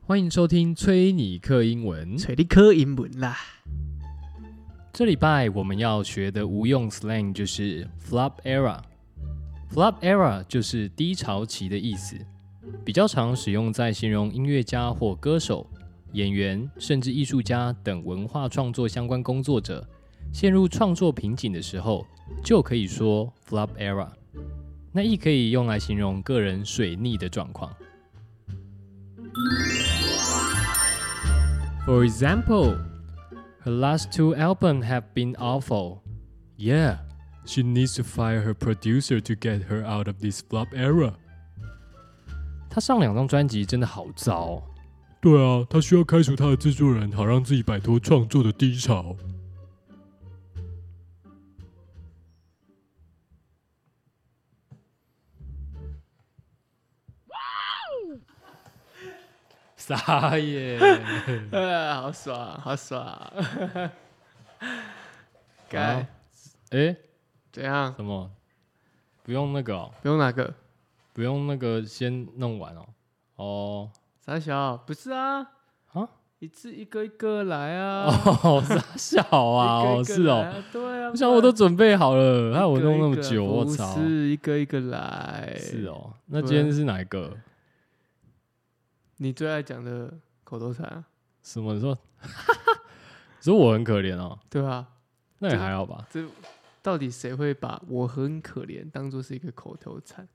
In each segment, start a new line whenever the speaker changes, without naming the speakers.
欢迎收听崔尼克英文。
找你考英文啦。
这礼拜我们要学的无用 slang 就是 flop era。flop era 就是低潮期的意思，比较常使用在形容音乐家或歌手、演员，甚至艺术家等文化创作相关工作者陷入创作瓶颈的时候，就可以说 flop era。那亦可以用来形容个人水逆的状况。For example, Her last two albums have been awful. Yeah, she needs to fire her producer to get her out of this flop era. 她上两张专辑真的好糟、哦。
对啊，他需要开除他的制作人，好让自己摆脱创作的低潮。
傻眼。
呃，好爽，好爽。
好
该
诶，
怎样？
什么？不用那个哦，
不用哪个？
不用那个，先弄完哦。哦，
傻小？不是啊，
啊，
一次一个一个来啊。
哦，傻小啊，
一个
哦，
一个
是
来
哦。
啊，对啊。
我想我都准备好了，
不
害
然
我
一个
弄那么
一个
久，我
不
操！
是一个一个来。
是，哦，那
对
今天是哪一个？
你最爱讲的口头禅啊，
什么？你说， 你说我很可怜哦，
对吧？
那也还好吧。
这到底谁会把我很可怜当做是一个口头禅？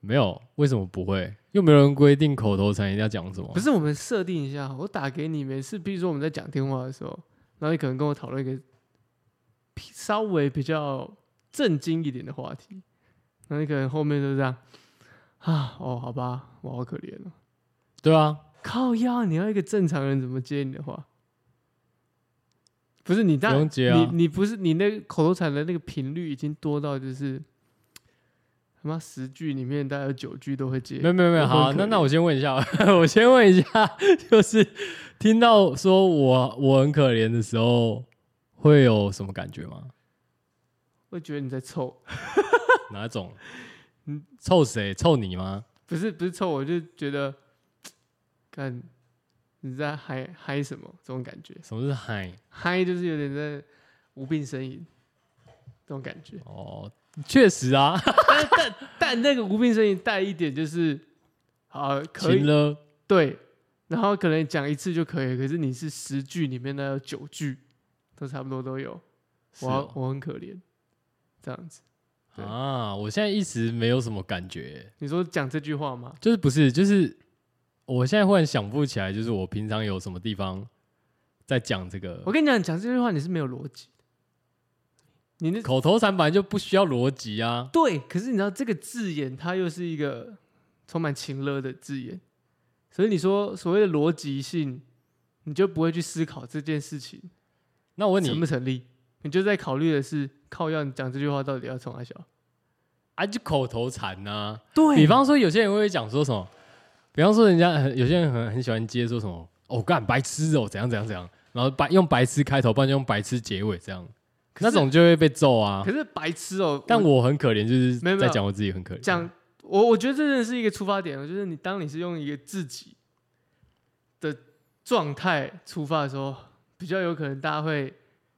没有，为什么不会？又没有人规定口头禅一定要讲什么
不。是，我们设定一下，我打给你，每次比如说我们在讲电话的时候，然后你可能跟我讨论一个比稍微比较震惊一点的话题，然后你可能后面就这样啊，哦，好吧，我好可怜哦，
对啊，
靠腰，你要一个正常人怎么接你的话？不是你
不
当
用接啊
你。你不是你那个口头禅的那个频率已经多到就是他妈十句里面大概有九句都会接
没有没有没有，
我
好啊、
很可
那
怜
那我先问一下， 我先问一下， 就是听到说我我很可怜的时候，会有什么感觉吗？
会觉得你在凑，
哪种
嗯？
臭谁？臭你吗？
不是不是臭，我就觉得干你在嗨嗨什么这种感觉，
什么是嗨？，
嗨就是有点在无病呻吟这种感觉
哦，确实啊，
但但但那个无病呻吟带一点就是好可
情
以
了。
对，然后可能讲一次就可以，可是你是十句里面呢有九句都差不多都有，
是
我
哦
我很可怜这样子，对
啊，我现在一时没有什么感觉耶，
你说讲这句话吗？
就是不是，就是我现在忽然想不起来，就是我平常有什么地方在讲这个
我跟你讲，讲这句话你是没有逻辑的，你那
口头禅，本来就不需要逻辑啊。
对，可是你知道这个字眼，它又是一个充满情勒的字眼，所以你说所谓的逻辑性，你就不会去思考这件事情
那我问
成
你
不成立，你就在考虑的是靠要你讲这句话到底要从哪小？
啊，就口头禅呐、
对
比方说，有些人会讲说什么，比方说人家很有些人很很喜欢接说什么，哦，干白痴哦，怎样怎样怎样，然后白用白痴开头，不然就用白痴结尾，这样
可
那
是
种就会被揍啊
可。是白痴哦、
但我很可怜，就是
没有没
在
有
讲我自己很可怜。
讲我我觉得这真的是一个出发点，哦就是你当你是用一个自己的状态出发的时候，比较有可能大家会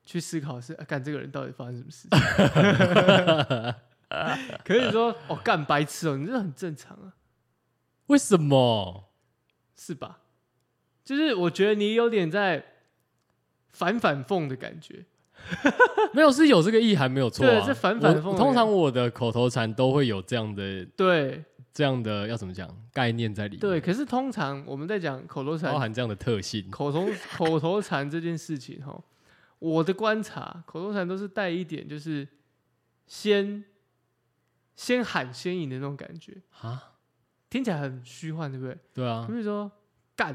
去思考是啊干、这个人到底发生什么事情。 可是你说哦干白痴哦，你这很正常啊，
为什么？
是吧？就是我觉得你有点在反反讽的感觉，
没有是有这个意涵没有错、啊，
对这反反
我
讽的
通常我的口头禅都会有这样的
对
这样的要怎么讲概念在里面，
对。，可是通常我们在讲口头禅
包含这样的特性。
口头口头禅这件事情哈，我的观察，口头禅都是带一点就是先先喊先赢的那种感觉，
啊，
听起来很虚幻，对不对？
对啊
比，如说干，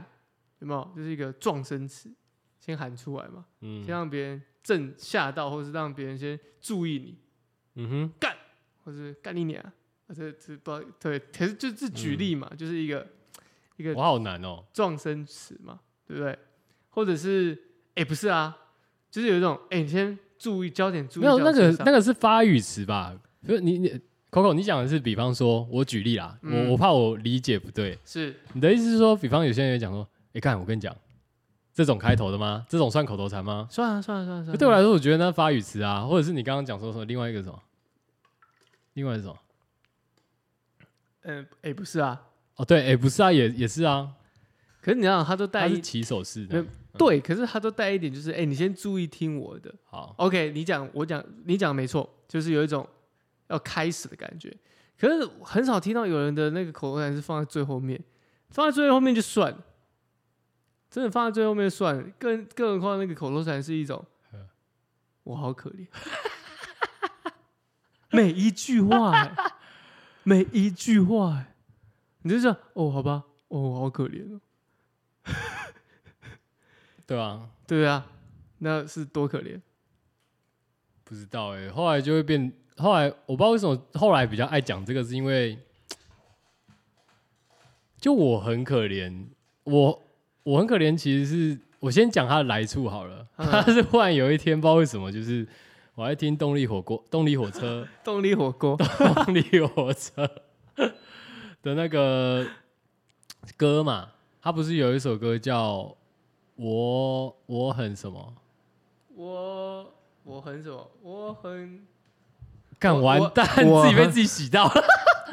有没有？就是一个撞声词，先喊出来嘛，
嗯
先让别人震吓到，或是让别人先注意你，
嗯哼，
或是干你娘，啊，这这不知道对，可是就这举例嘛，就是一个一个
我好难哦、
撞声词嘛，对不对？或者是哎、不是啊，就是有一种哎、你先注意焦点注意
没有
在
那
我
个
身上
那个是发语词吧？就是你你 Coco，你讲的是比方说，我举例啦，
嗯
我我怕我理解不对，
是
你的意思是说，比方有些人也讲说，哎、看我跟你讲，这种开头的吗？这种算口头禅吗？
算啊算啊算啊算啊，
对我来说，我觉得那发语词啊，或者是你刚刚讲说什么另外一个什么，另外一个什么？
嗯，哎、不是啊，
哦，对，哎、不是啊，也也是啊，
可是你想，他都带
它
一
是起手式
没
的
有。对，可是他都带一点，就是哎、你先注意听我的。
好，
OK，你讲我讲你讲没错，就是有一种要开始的感觉。可是很少听到有人的那个口头禅是放在最后面，放在最后面就算了，真的放在最后面就算了。更更何况那个口头禅是一种
嗯，
我好可怜， 每一句话、 欸，每一句话、欸，你就这样哦，好吧，哦，我好可怜哦。
对啊，
对啊，那是多可怜。
不知道哎、后来就会变，后来我不知道为什么后来比较爱讲这个，是因为就我很可怜，我我很可怜，其实是我先讲它的来处好了。
嗯
它是忽然有一天，不知道为什么，就是我在听动力火锅、动力火车、
动力火锅，
动力火车的那个歌嘛，它不是有一首歌叫我我很什么？
我我很什么？我很
干
我
完
我
蛋，
我
自己被
很
自己洗到。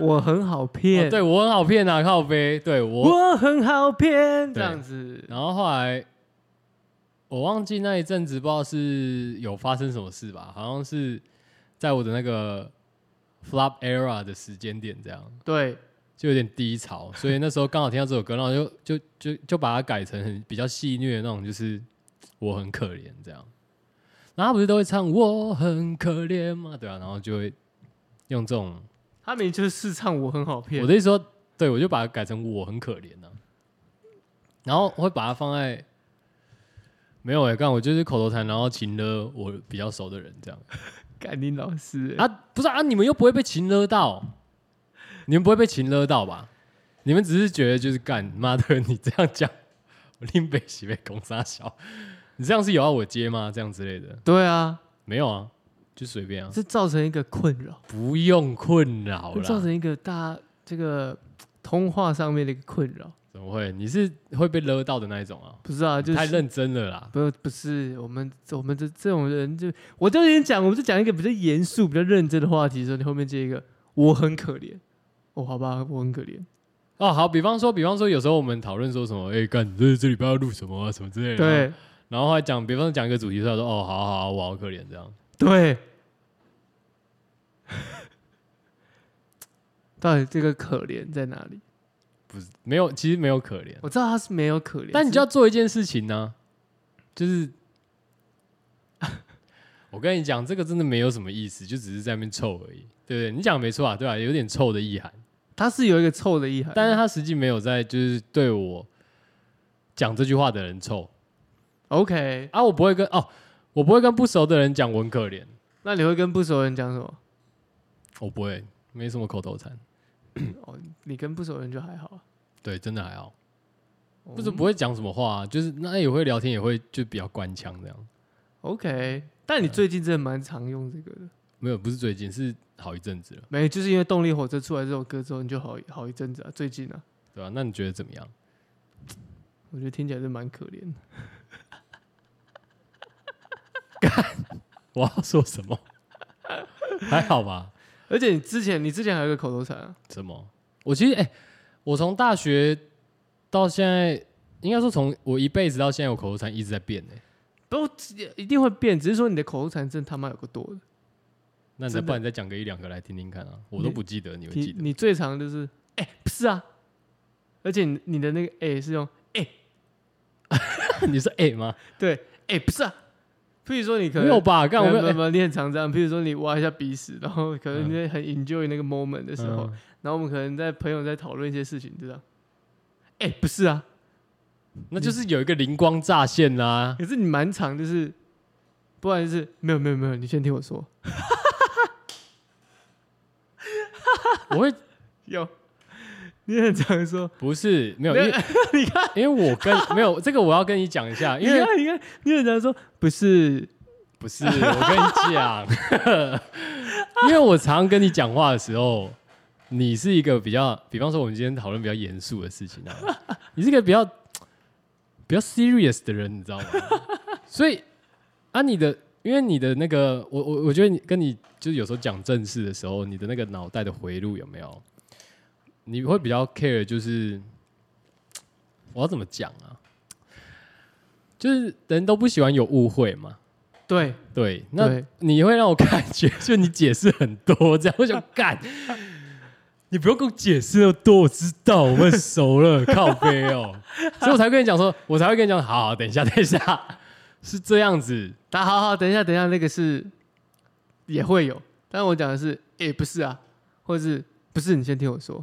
我很好
哦、
骗，
对我很好骗啊，靠背。对我，
我很好骗，这
对
样子。
然后后来我忘记那一阵子，不知道是有发生什么事吧，好像是在我的那个 flop era 的时间点，这样
对，
就有点低潮，所以那时候刚好听到这首歌，然后就就就就把它改成很比较戏虐的那种，就是我很可怜这样。然后他不是都会唱我很可怜吗？对啊，然后就会用这种，
他明明就是试唱我很好骗
我。的意思说，对我就把它改成我很可怜呢、然后会把它放在没有哎、欸，干我就是口头禅，然后擒了我比较熟的人这样
感林老师，
啊，不是啊，你们又不会被擒勒到，你们不会被擒勒到吧？你们只是觉得就是干妈的，你这样讲，我令北喜被攻杀小，你这样是有要我接吗？这样之类的，
对啊，
没有啊，就随便啊，
这造成一个困扰，
不用困扰
这
啦，
造成一个大家这个通话上面的一个困扰。
怎么会？你是会被勒到的那一种啊？
不是啊，就
太
是
认真了啦。
不不是我们我们这这种人就，我就跟你讲，我们就讲一个比较严肃、比较认真的话题的时候，你后面接一个我很可怜，哦，好吧，我很可怜。
哦，好，比方说，比方说，有时候我们讨论说什么，哎、干，你这这礼拜要录什么啊，什么之类的。
对
然后。然后还讲，比方说讲一个主题出来，说，哦，好好好，我好可怜这样。
对，到底这个可怜在哪里？
不是，没有，其实没有可怜，
我知道他是没有可怜，
但你就要
是
做一件事情呢、就是，我跟你讲，这个真的没有什么意思，就只是在那边臭而已，对不对？你讲得没错啊，对吧、有点臭的意涵，
他是有一个臭的意涵，
但是他实际没有在，就是对我讲这句话的人臭
OK，
啊，我不会跟哦，我不会跟不熟的人讲我很可怜，
那你会跟不熟人讲什么？
我不会，没什么口头禅。
哦，你跟不熟人就还好啊，
对，真的还好，不
不
是不会讲什么话、啊就是那也会聊天，也会就比较官腔这样。
OK。但你最近真的蛮常用这个的，
没有，不是最近，是好一阵子了，
没，就是因为《动力火车》出来这首歌之后，你就好好一阵子啊。最近啊，
对吧、那你觉得怎么样？
我觉得听起来是蛮可怜的。
我要说什么？还好吧？
而且你之前，你之前还有一个口头禅啊，
什么？我其实哎、我从大学到现在，应该说从我一辈子到现在，我口头禅一直在变哎、
都一定会变，只是说你的口头禅真的他妈有个多的。
那你再
真的
不然你再讲个一两个来听听看啊，我都
你
不记得，你会记
你
得？
你最常就是哎、不是啊，而且你你的那个哎、是用
你是 A 吗？
对哎、不是啊，譬如说你可
没
能
有吧？
没
干
有
我
没
没
有
有
没
哎
有，你很常这样。譬如说你挖一下鼻屎，然后可能
嗯
你在很 enjoy 那个 moment 的时候，
嗯
然后我们可能在朋友在讨论一些事情，就这样。哎、不是啊，
那就是有一个灵光乍现啦、
可是你蛮常就是，不然就是没有没有没有，你先听我说。
我会
有，你很常说，
不是没有，因
没有
为
你看
因为我跟没有这个，我要跟你讲一下，
你
因为
看你看，你很常说不是
不是我跟你讲， 因为我常跟你讲话的时候，你是一个比较，比方说我们今天讨论比较严肃的事情啊，你是一个比较比较 serious 的人，你知道吗？所以啊，你的因为你的那个，我我我觉得你跟你就是有时候讲正事的时候，你的那个脑袋的回路有没有？你会比较 care 就是我要怎么讲啊？就是人都不喜欢有误会嘛。
对，
对，那
对
你会让我感觉， 就你解释很多，这样我想干，你不用跟我解释那么多，我知道，我们熟了，靠背哦，所以我才跟你讲说，我才会跟你讲，好好，等一下， 等一下，是这样子，
打好好，等一下，等一下，那个是也会有，但我讲的是，哎、不是啊，或者是不是？你先听我说，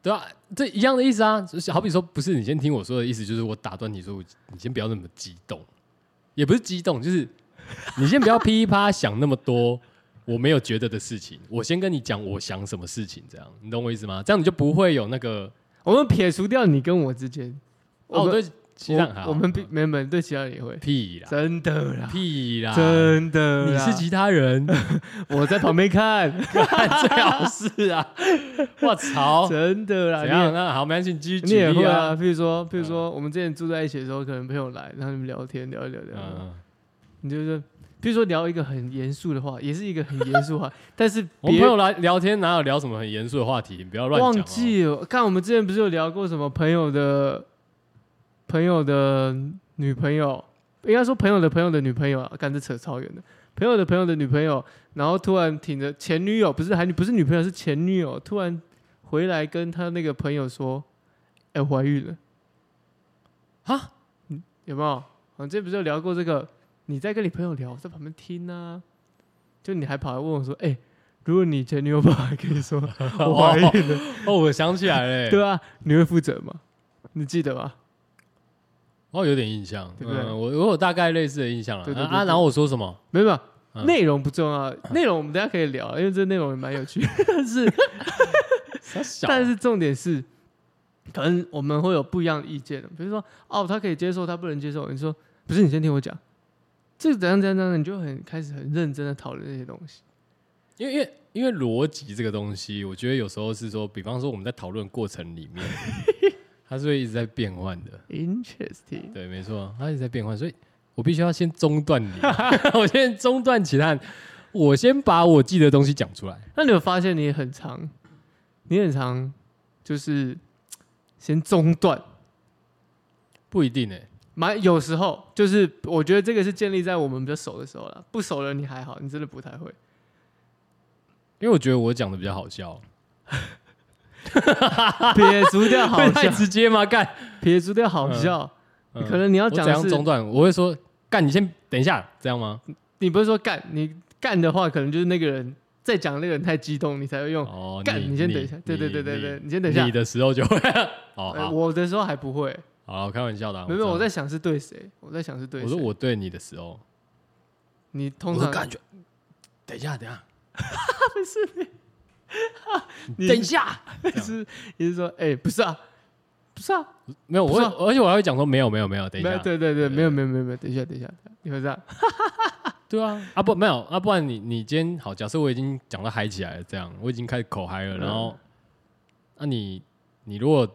对啊，这一样的意思啊，就是好比说，不是你先听我说的意思，就是我打断你说，我你先不要那么激动，也不是激动，就是 你先不要噼里啪啦想那么多。我没有觉得的事情，我先跟你讲我想什么事情，这样你懂我意思吗？这样你就不会有那个
我们撇除掉你跟我之间，
哦，
我
我
们
对西藏还好哦
我我们比没没对其他人也会，
屁啦，
真的啦，
屁啦，
真的啊
你
啦，
是其他 人，
我在旁边看，
最好是啊，我操，
真的啦，
哦怎
你
样？
也
那好，没关系，你继续
你也
举例嗯
会啊，，譬如说，譬如说，我们之前住在一起的时候，可能朋友来，然后你们聊天聊一聊聊，
嗯，
你就是，譬如说聊一个很严肃的话，也是一个很严肃 的话，但是
我们
别
朋友来聊天，哪有聊什么很严肃的话题？你不要乱讲哦
忘，记了，看我们之前不是有聊过什么朋友的朋友的女朋友，应该说朋友的朋友的女朋友啊，干这扯超远的。朋友的朋友的女朋友，然后突然挺着前女友，不是还不是女朋友是前女友，突然回来跟她那个朋友说：“哎、我怀孕了。”
啊，
有没有？我们之前不是有聊过这个？你在跟你朋友聊，我在旁边听啊，就你还跑来问我说：“哎、如果你前女友跑来跟你说 我怀孕了，
哦，我想起来了，
对啊，你会负责吗？你记得吗？
哦，有点印象，
对不对
嗯我我有大概类似的印象
对
了
对
啊
对
啊，
对
然后我说什么？
没有没有
嗯
内容不重要，内容我们等一下可以聊，因为这内容也蛮有趣。 但是
傻 小啊
但是重点是，可能我们会有不一样的意见，比如说哦，他可以接受，他不能接受。你说不是，你先听我讲，这个怎样怎样怎样，你就很开始很认真的讨论这些东西。
因为因为因为逻辑这个东西，我觉得有时候是说，比方说我们在讨论过程里 面，它是会一直在变换的。
Interesting，
对，没错，它一直在变换，所以我必须要先中断 你，我先中断其他人，我先把我记得的东西讲出来。
那你有发现你很长，你很长，就是先中断。
不一定哎、
蛮有时候就是，我觉得这个是建立在我们比较熟的时候了，不熟了你还好，你真的不太 会。
因为我觉得我讲的比较好笑，
撇除掉好
会太
笑，
直接吗？干，
撇除掉好笑，
嗯
可能你要讲
我
的
怎样
是，
中断，我会说干，你先等一下，这样吗？
你不是说干，你干的话可能就是那个人在讲那个人太激动，你才会用。
哦，
干你先等一下对对对对对你先等一下
你的时候就会 哦，
呃
好，
我的时候还不会，
好，开玩笑的啊，
没有，没有我
知道
在想是对谁，我在想是对谁。
我说我对你的时候，
你
我
通
说
常
感觉，等一下，等一下，
你
等一下，
是你是说，哎、不是啊，不是啊，
没有，我会
不
而且我还会讲说没有没有没有，等一
没有，
下，
对对
对对
对，没有没有没有没有，等一下等一下，你会这样，
对啊，啊不没有啊，不然你你今天好，假设我已经讲到嗨起来了，这样我已经开始口嗨了，
嗯
然后，那、你你如果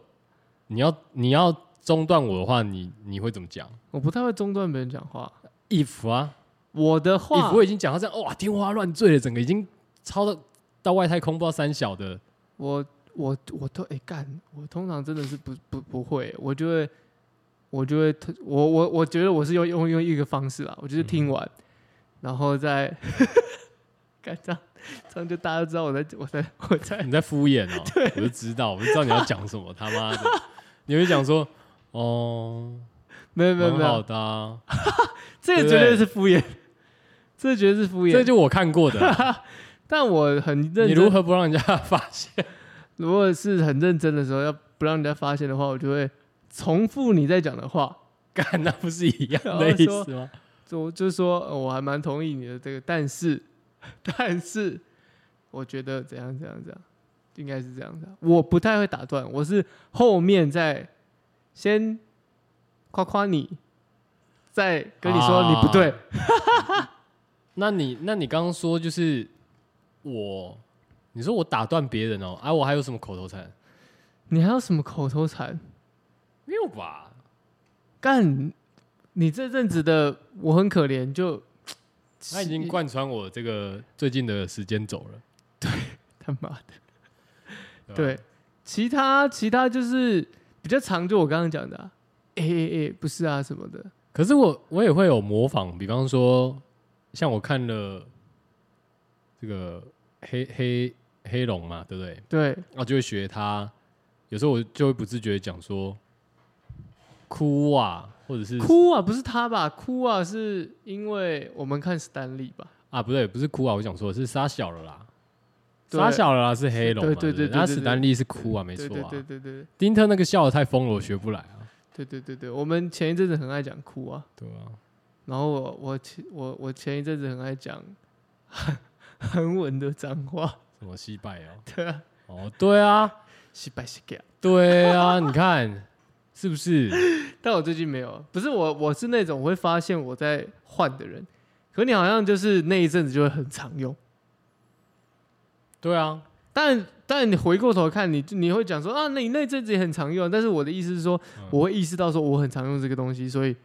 你要你要中断我的话，你你会怎么讲
我不太会中断别人讲话，
？if 啊
我的话
，if 我已经讲到这样，哇，天花乱坠了，整个已经超到到外太空，不知道三小的，
我我我都哎干、我通常真的是不不不会，我就会我就会特我我我觉得我是用用用一个方式啦，我就是
嗯
听完，然后再 干这样，这样就大家都知道我在我在我在
你在敷衍哦、我就知道，我就知道你要讲什么，他妈的，你会讲说，哦，
没 有没有
很
没
好
有，
的、啊，
这
对
个
不
绝对
对
是敷衍，这绝对是敷
这
衍。
就我看过的啊、
但我很认真，
你如何不让人家发现？
如果是很认真的时候，要不让人家发现的话，我就会重复你在讲的话。
干，那不是一样
然
的
后
意
说
思吗？
就就是说、呃我还蛮同意你的这个，但是， 但是，我觉得怎样怎样怎样，应该是这样的。我不太会打断，我是后面再先夸夸你，再跟你说
啊
你不对。
那你那你刚刚说就是我，你说我打断别人哦，啊，我还有什么口头禅？
你还有什么口头禅？
没有吧？
干，你这阵子的我很可怜，就
他已经贯穿我这个最近的时间走了。
他妈的。
吧
对，其他其他就是比较长，就我刚刚讲的、啊，哎哎哎，不是啊什么的，
可是我我也会有模仿，比方说，像我看了这个黑黑黑龙嘛，对不对？
对，
然后就会学他，有时候我就会不自觉地讲说哭啊，或者是
哭啊不是他吧，哭啊是因为我们看史丹利吧，
啊，不对，不是哭啊，我想说的是杀小了啦，
对
杀小了啦是黑龙嘛，
对
对
对对对
那
对
史丹利是哭啊，没错
对
啊，
对对对对
丁特那个笑的太疯了，我学不来啊，
对对对对，我们前一阵子很爱讲哭啊，
对啊，
然后我我前我我前一阵子很爱讲韩文的脏话，
什么西拜哦，
对啊，
哦，对啊，
西拜西给，
对啊，你看是不是？
但我最近没有，不是我我是那种会发现我在换的人，可你好像就是那一阵子就会很常用。
对啊，
但但你回过头看，你你会讲说啊，那你那阵子也很常用。但是我的意思是说，
嗯
我会意识到说我很常用这个东西，所以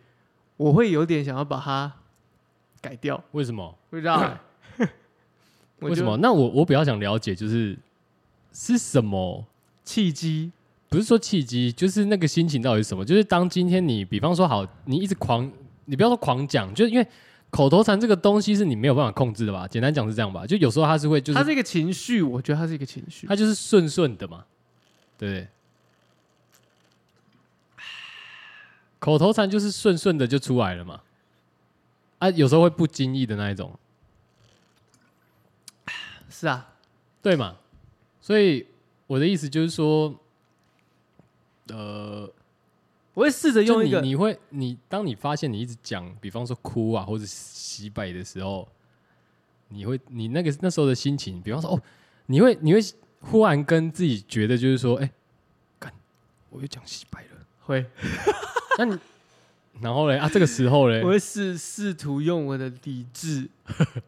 我会有点想要把它改掉，
为什么？
会让我
为什
就
么？那我我比较想了解，就是是什么？
契机？
不是说契机，就是那个心情到底是什么？就是当今天你，比方说好，你一直狂，你不要说狂讲，就是因为口头禅这个东西是你没有办法控制的吧？简单讲是这样吧，就有时候它是会，就是
它
它
是一个情绪，我觉得它是一个情绪。
就是顺顺的嘛，对不对？口头禅就是顺顺的就出来了嘛，啊，有时候会不经意的那一种，
是啊，
对嘛？所以我的意思就是说，呃，
我会试着用
就
一个
你你会你当你发现你一直讲，比方说哭啊或者洗白的时候，你会你那个那时候的心情，比方说哦，你会你会忽然跟自己觉得就是说，哎、干，我又讲洗白了，
会，
那你然后嘞啊，这个时候嘞
我，会试试图用我的理 智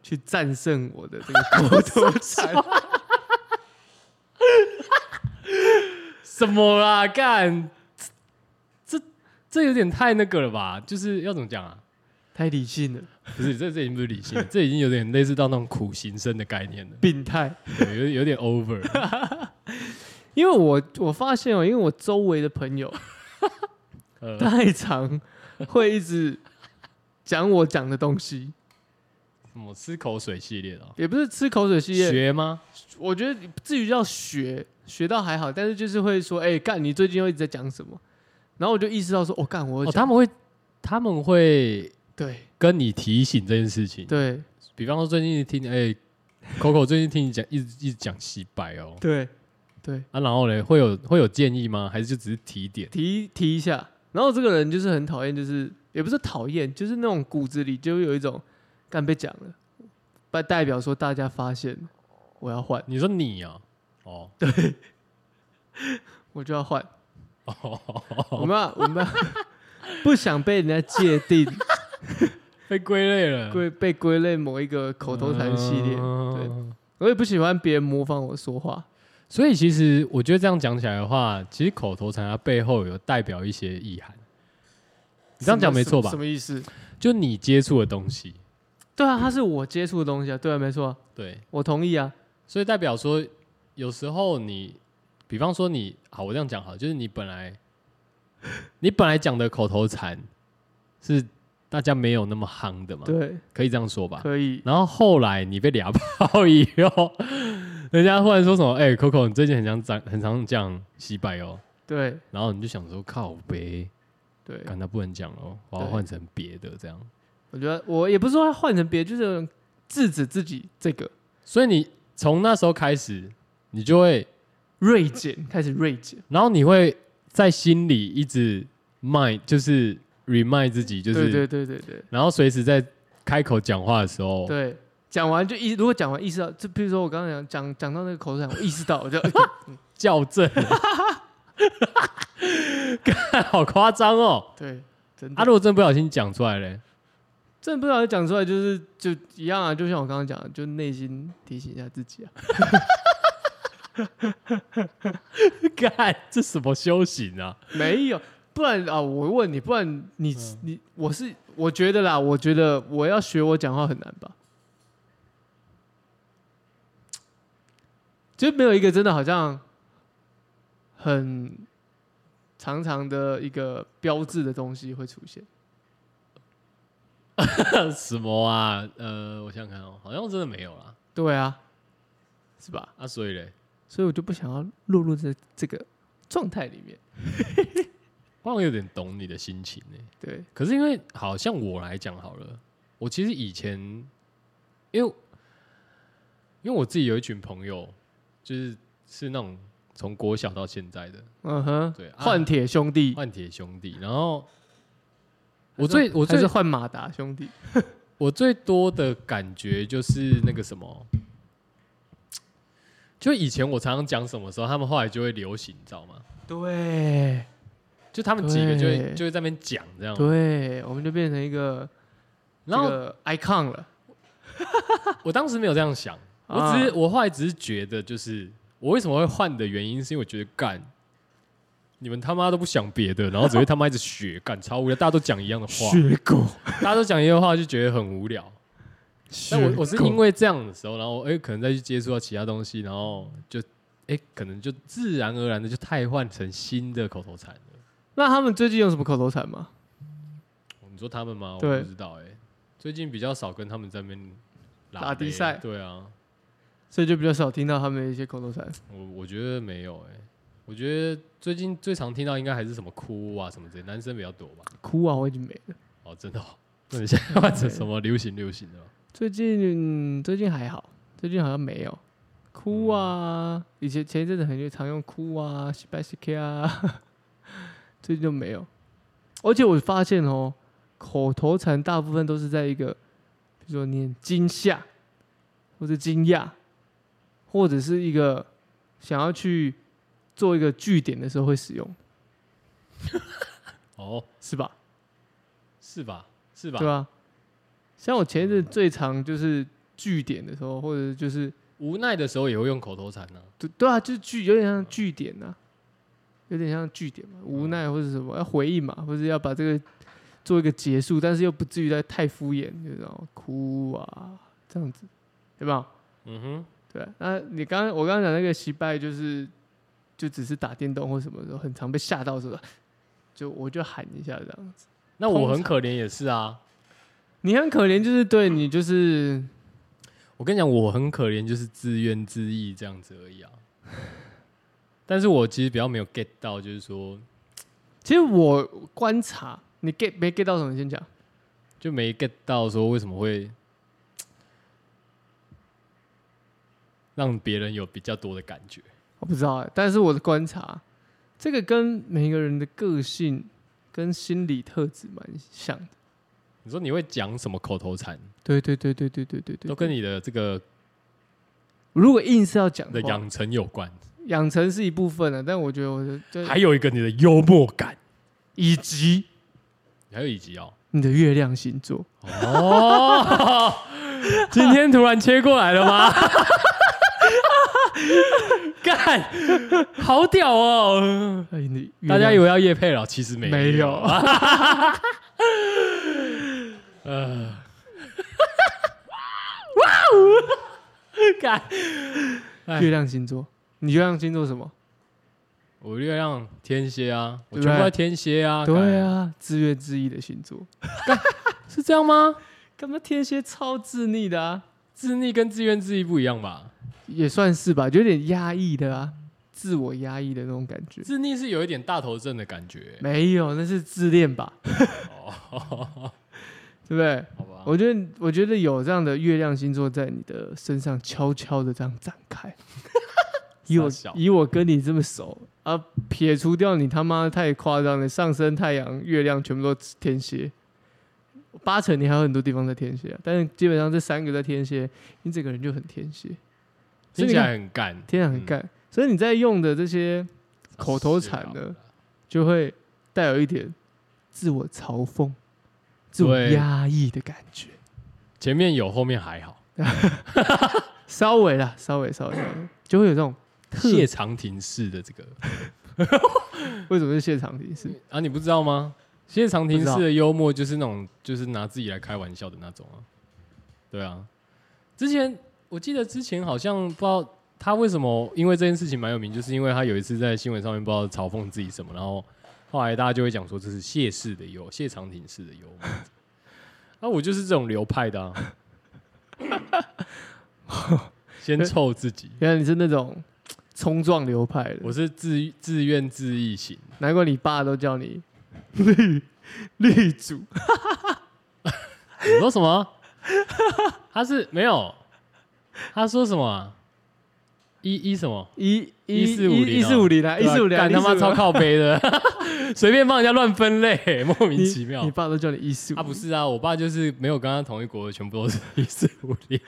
去战胜我的这个口头禅。
什么啦干，这这这有点太那个了吧？就是要怎么讲啊？
太理性了，
不是，这这已经不是理性了，这已经有点类似到那种苦行僧的概念了，
病态。
对有有点 over。
因为我我发现哦、因为我周围的朋友
呃，
太常会一直讲我讲的东西，
什么吃口水系列的、哦，
也不是吃口水系列。
学吗？
我觉得至于要学，学到还好，但是就是会说，哎、干，你最近又一直在讲什么？然后我就意识到说，哦，干，我有
哦，
讲、
他们会他们会
对
跟你提醒这件事情。
对
比方说最近听哎、Coco 最近听你讲一直一直讲洗白哦，
对对，
啊，然后嘞会有会有建议吗？还是就只是提点？
提提一下。然后这个人就是很讨厌，就是也不是讨厌，就是那种骨子里就有一种干被讲了，代代表说大家发现了我要换，
你说你啊、哦，
我就要换。
哦，
我们要我 们要不想被人家界定
被归类了，
归被归类某一个口头禅系列，对
嗯
我也不喜欢别人模仿我说话。
所以其实我觉得这样讲起来的话，其实口头禅它背后有代表一些意涵。你这样讲没错吧
什么？什么意思？
就你接触的东西，
对啊，它是我接触的东西啊，对啊，没错啊，
对，
我同意啊。
所以代表说，有时候你，比方说你，好，我这样讲好了，就是你本来，你本来讲的口头禅是大家没有那么夯的嘛，
对，
可以这样说吧。
可以，
然后后来你被俩炮以后，人家忽然说什么，哎、c o c o 你最近很常讲，很常讲洗白哦，
对
然后你就想说靠呗，
对，
干他不能讲哦，我要
对
换成别的这样。
我觉得我也不是说换成别的，就是制止自己这个
所以你从那时候开始，你就会
锐减，开始锐减，
然后你会在心里一直 mind，就是 remind 自己，就是
对嗯对对对对
然后随时在开口讲话的时候，
对。讲完就意，如果讲完意识到，就比如说我刚刚讲讲讲到那个口头禅，我意识到，我就
校 正，干好夸张哦！
对，真的
啊，。如果真不小心讲出来 嘞，
真的不小心讲出来，就是就一样啊，就像我刚刚讲的，就内心提醒一下自己啊。
干这什么修行啊？
没有，不然啊，我问你，不然你、
嗯
你我是我觉得啦，我觉得我要学我讲话很难吧，就没有一个真的好像很长长的一个标志的东西会出现。
什么啊？呃，我想想看哦，好像真的没有啦。
对啊，是吧？
啊，所以嘞，
所以我就不想要落入这这个状态里面。
我好像有点懂你的心情呢、
对，
可是因为好像我来讲好了，我其实以前，因为因为我自己有一群朋友，就是是那种从国小到现在的
嗯哼，
对啊
换铁兄弟，
换铁兄弟，然后
还
我
是
最我
还是
最
换马达兄弟。
我最多的感觉就是那个什么，就以前我常常讲什么时候，他们后来就会流行，你知道吗？
对，
就他们几个就会
对
就会在那边讲这样，
对，我们就变成一个
然后
这个 icon 了。
我当时没有这样想，
啊
我只是、我后来只是觉得，就是我为什么会换的原因，是因为我觉得干，你们他妈都不想别的，然后只会他妈一直学干，超无聊，大家都讲一样的话，
狗，
大家都讲一样的话，就觉得很无聊。但我我是因
为
为这样的时候，然后哎、可能再去接触到其他东西，然后就哎、可能就自然而然的就替换成新的口头禅了。
那他们最近用什么口头禅吗？
你说他们吗？我
对
不知道哎、最近比较少跟他们在那边
打
比
比赛
对啊，
所以就比较少听到他们的一些口头禅。
我我觉得没有哎、我觉得最近最常听到应该还是什么哭啊什么之类，男生比较多吧。
哭啊，我已经没了。
哦，真的、 哦，那你现在换成什么流行流行的吗？
最近、嗯最近还好，最近好像没有。哭啊，
嗯
以前前一阵子很常用哭啊、西白西 K 啊， 最近就没有。而且我发现哦，口头禅大部分都是在一个，比如说念惊吓，或者惊讶，或者是一个想要去做一个据点的时候会使用，
哦，
是吧？
是吧？是吧？
对啊。像我前一阵子最常就是据点的时候，或者就是
无奈的时候也会用口头禅呢、
对对啊，就是据有点像据点呐、有点像据点嘛，无奈或者什么要回应嘛，或者要把这个做一个结束，但是又不至于在太敷衍，就是哦哭啊这样子，对吧？
嗯哼，
对啊、那你刚刚我刚刚讲那个惜败，就是就只是打电动或什么的时候，很常被吓到的时候，就我就喊一下这样子。
那我很
通常
可怜也是啊。
你很可怜，就是对你就是
我跟你讲，我很可怜，就是自怨自艾这样子而 已啊。但是我其实比较没有 get 到，就是说
其实我观察你 get 没 get 到什么，你先讲。
就没 get 到说为什么会让别人有比较多的感觉。
我不知道哎、但是我的观察，这个跟每一个人的个性跟心理特质蛮像的。
你说你会讲什么口头禅，
对对对对对对对对，
都跟你的这个
如果硬是要讲
的
的话，
养成有关，
养成是一部分的，但我觉得我的就
还有一个你的幽默感，
以及
还有以及哦。
你的月亮星座，
哦， 今天突然切过来了吗？ 干，好屌哦！
哎，你的月
大家
亮
以为要夜配了，其实没啊
没有？
呃， 干，哎
月亮星座，你月亮星座什么？
我月亮天蝎啊，我
对不对
全部在天蝎啊，
对啊，自怨自艾的星座，
干，是这样吗？
干嘛天蝎超自溺的啊？
自溺跟自怨自艾不一样吧？
也算是吧，就有点压抑的啊，自我压抑的那种感觉。
自溺是有一点大头症的感觉、
没有，那是自恋吧？
哦，好
对不对？
吧，
我觉得，我觉得有这样的月亮星座在你的身上悄悄的这样展 开。以我
傻小
以我跟你这么熟啊，撇除掉你他妈太夸张了，上升太阳、月亮全部都天蝎，八成你还有很多地方在天蝎、啊，但是基本上这三个在天蝎，你整个人就很天蝎，
听起来很干，
天然很干。所以你在用的这些口头
啊
禅呢，就会带有一点自我嘲讽、自我
对
压抑的感觉。
前面有，后面还好。
稍微啦，稍微稍微，稍微就会有这种特
谢长廷式的这个
为什么是现场提示？
啊，你不知道吗？现场停
不知道
式的幽默就是那种，就是拿自己来开玩笑的那种啊。对啊，之前我记得之前好像不知道他为什么因为这件事情蛮有名，就是因为他有一次在新闻上面不知道嘲讽自己什么，然后后来大家就会讲说这是谢氏的幽，谢长廷式的幽默。啊，我就是这种流派的 啊。先臭自己，
原来你是那种冲撞流派的，
我是自自怨自艾型。
难怪你爸都叫你 绿绿主。
你说什么？他是没有，他说什么啊、一一什么？
一
1450
一四五零啊，一四五
哦对
零
啊，干他妈超靠背的， 随便帮人家乱分类，莫名其
你
妙
你。爸都叫你一四五，
啊，不，是啊，我爸就是没有跟他同一国的，全部都 是一四五零，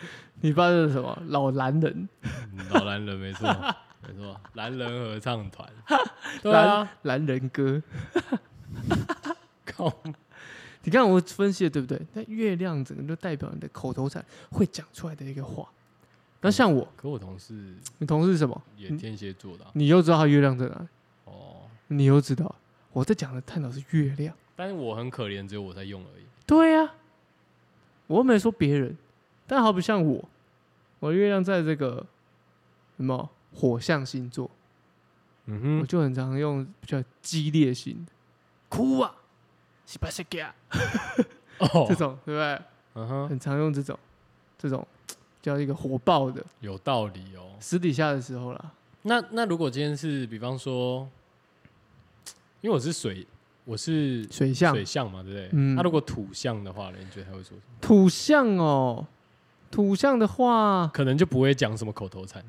你爸是什么老男人？
嗯老男人没 错，没错，男人合唱团，对啊，
男，男人哥。
靠，
你看我分析的对不对？那月亮整个就代表你的口头禅会讲出来的一个话。那像我，
可我同事
你同事是什么？
也天蝎座的啊、
你又知道他月亮在哪里，
哦，
你又知道我在讲的探讨是月亮。
但是我很可怜，只有我在用而已。
对呀、我又没说别人，但好比像我，我的月亮在这个什么火象星座，
嗯
我
哼，
就很常用比较激烈型的，哭啊，西巴西给啊，这
哦，
种对不对？
嗯哼，
很常用这种，这种叫一个火爆的，
有道理哦。
私底下的时候啦，
那那如果今天是比方说，因为我是水，我是
水象
水象嘛，对不对？那、
嗯
如果土象的话呢，你觉得他会说什么？
土象哦，土象的话，
可能就不会讲什么口头禅，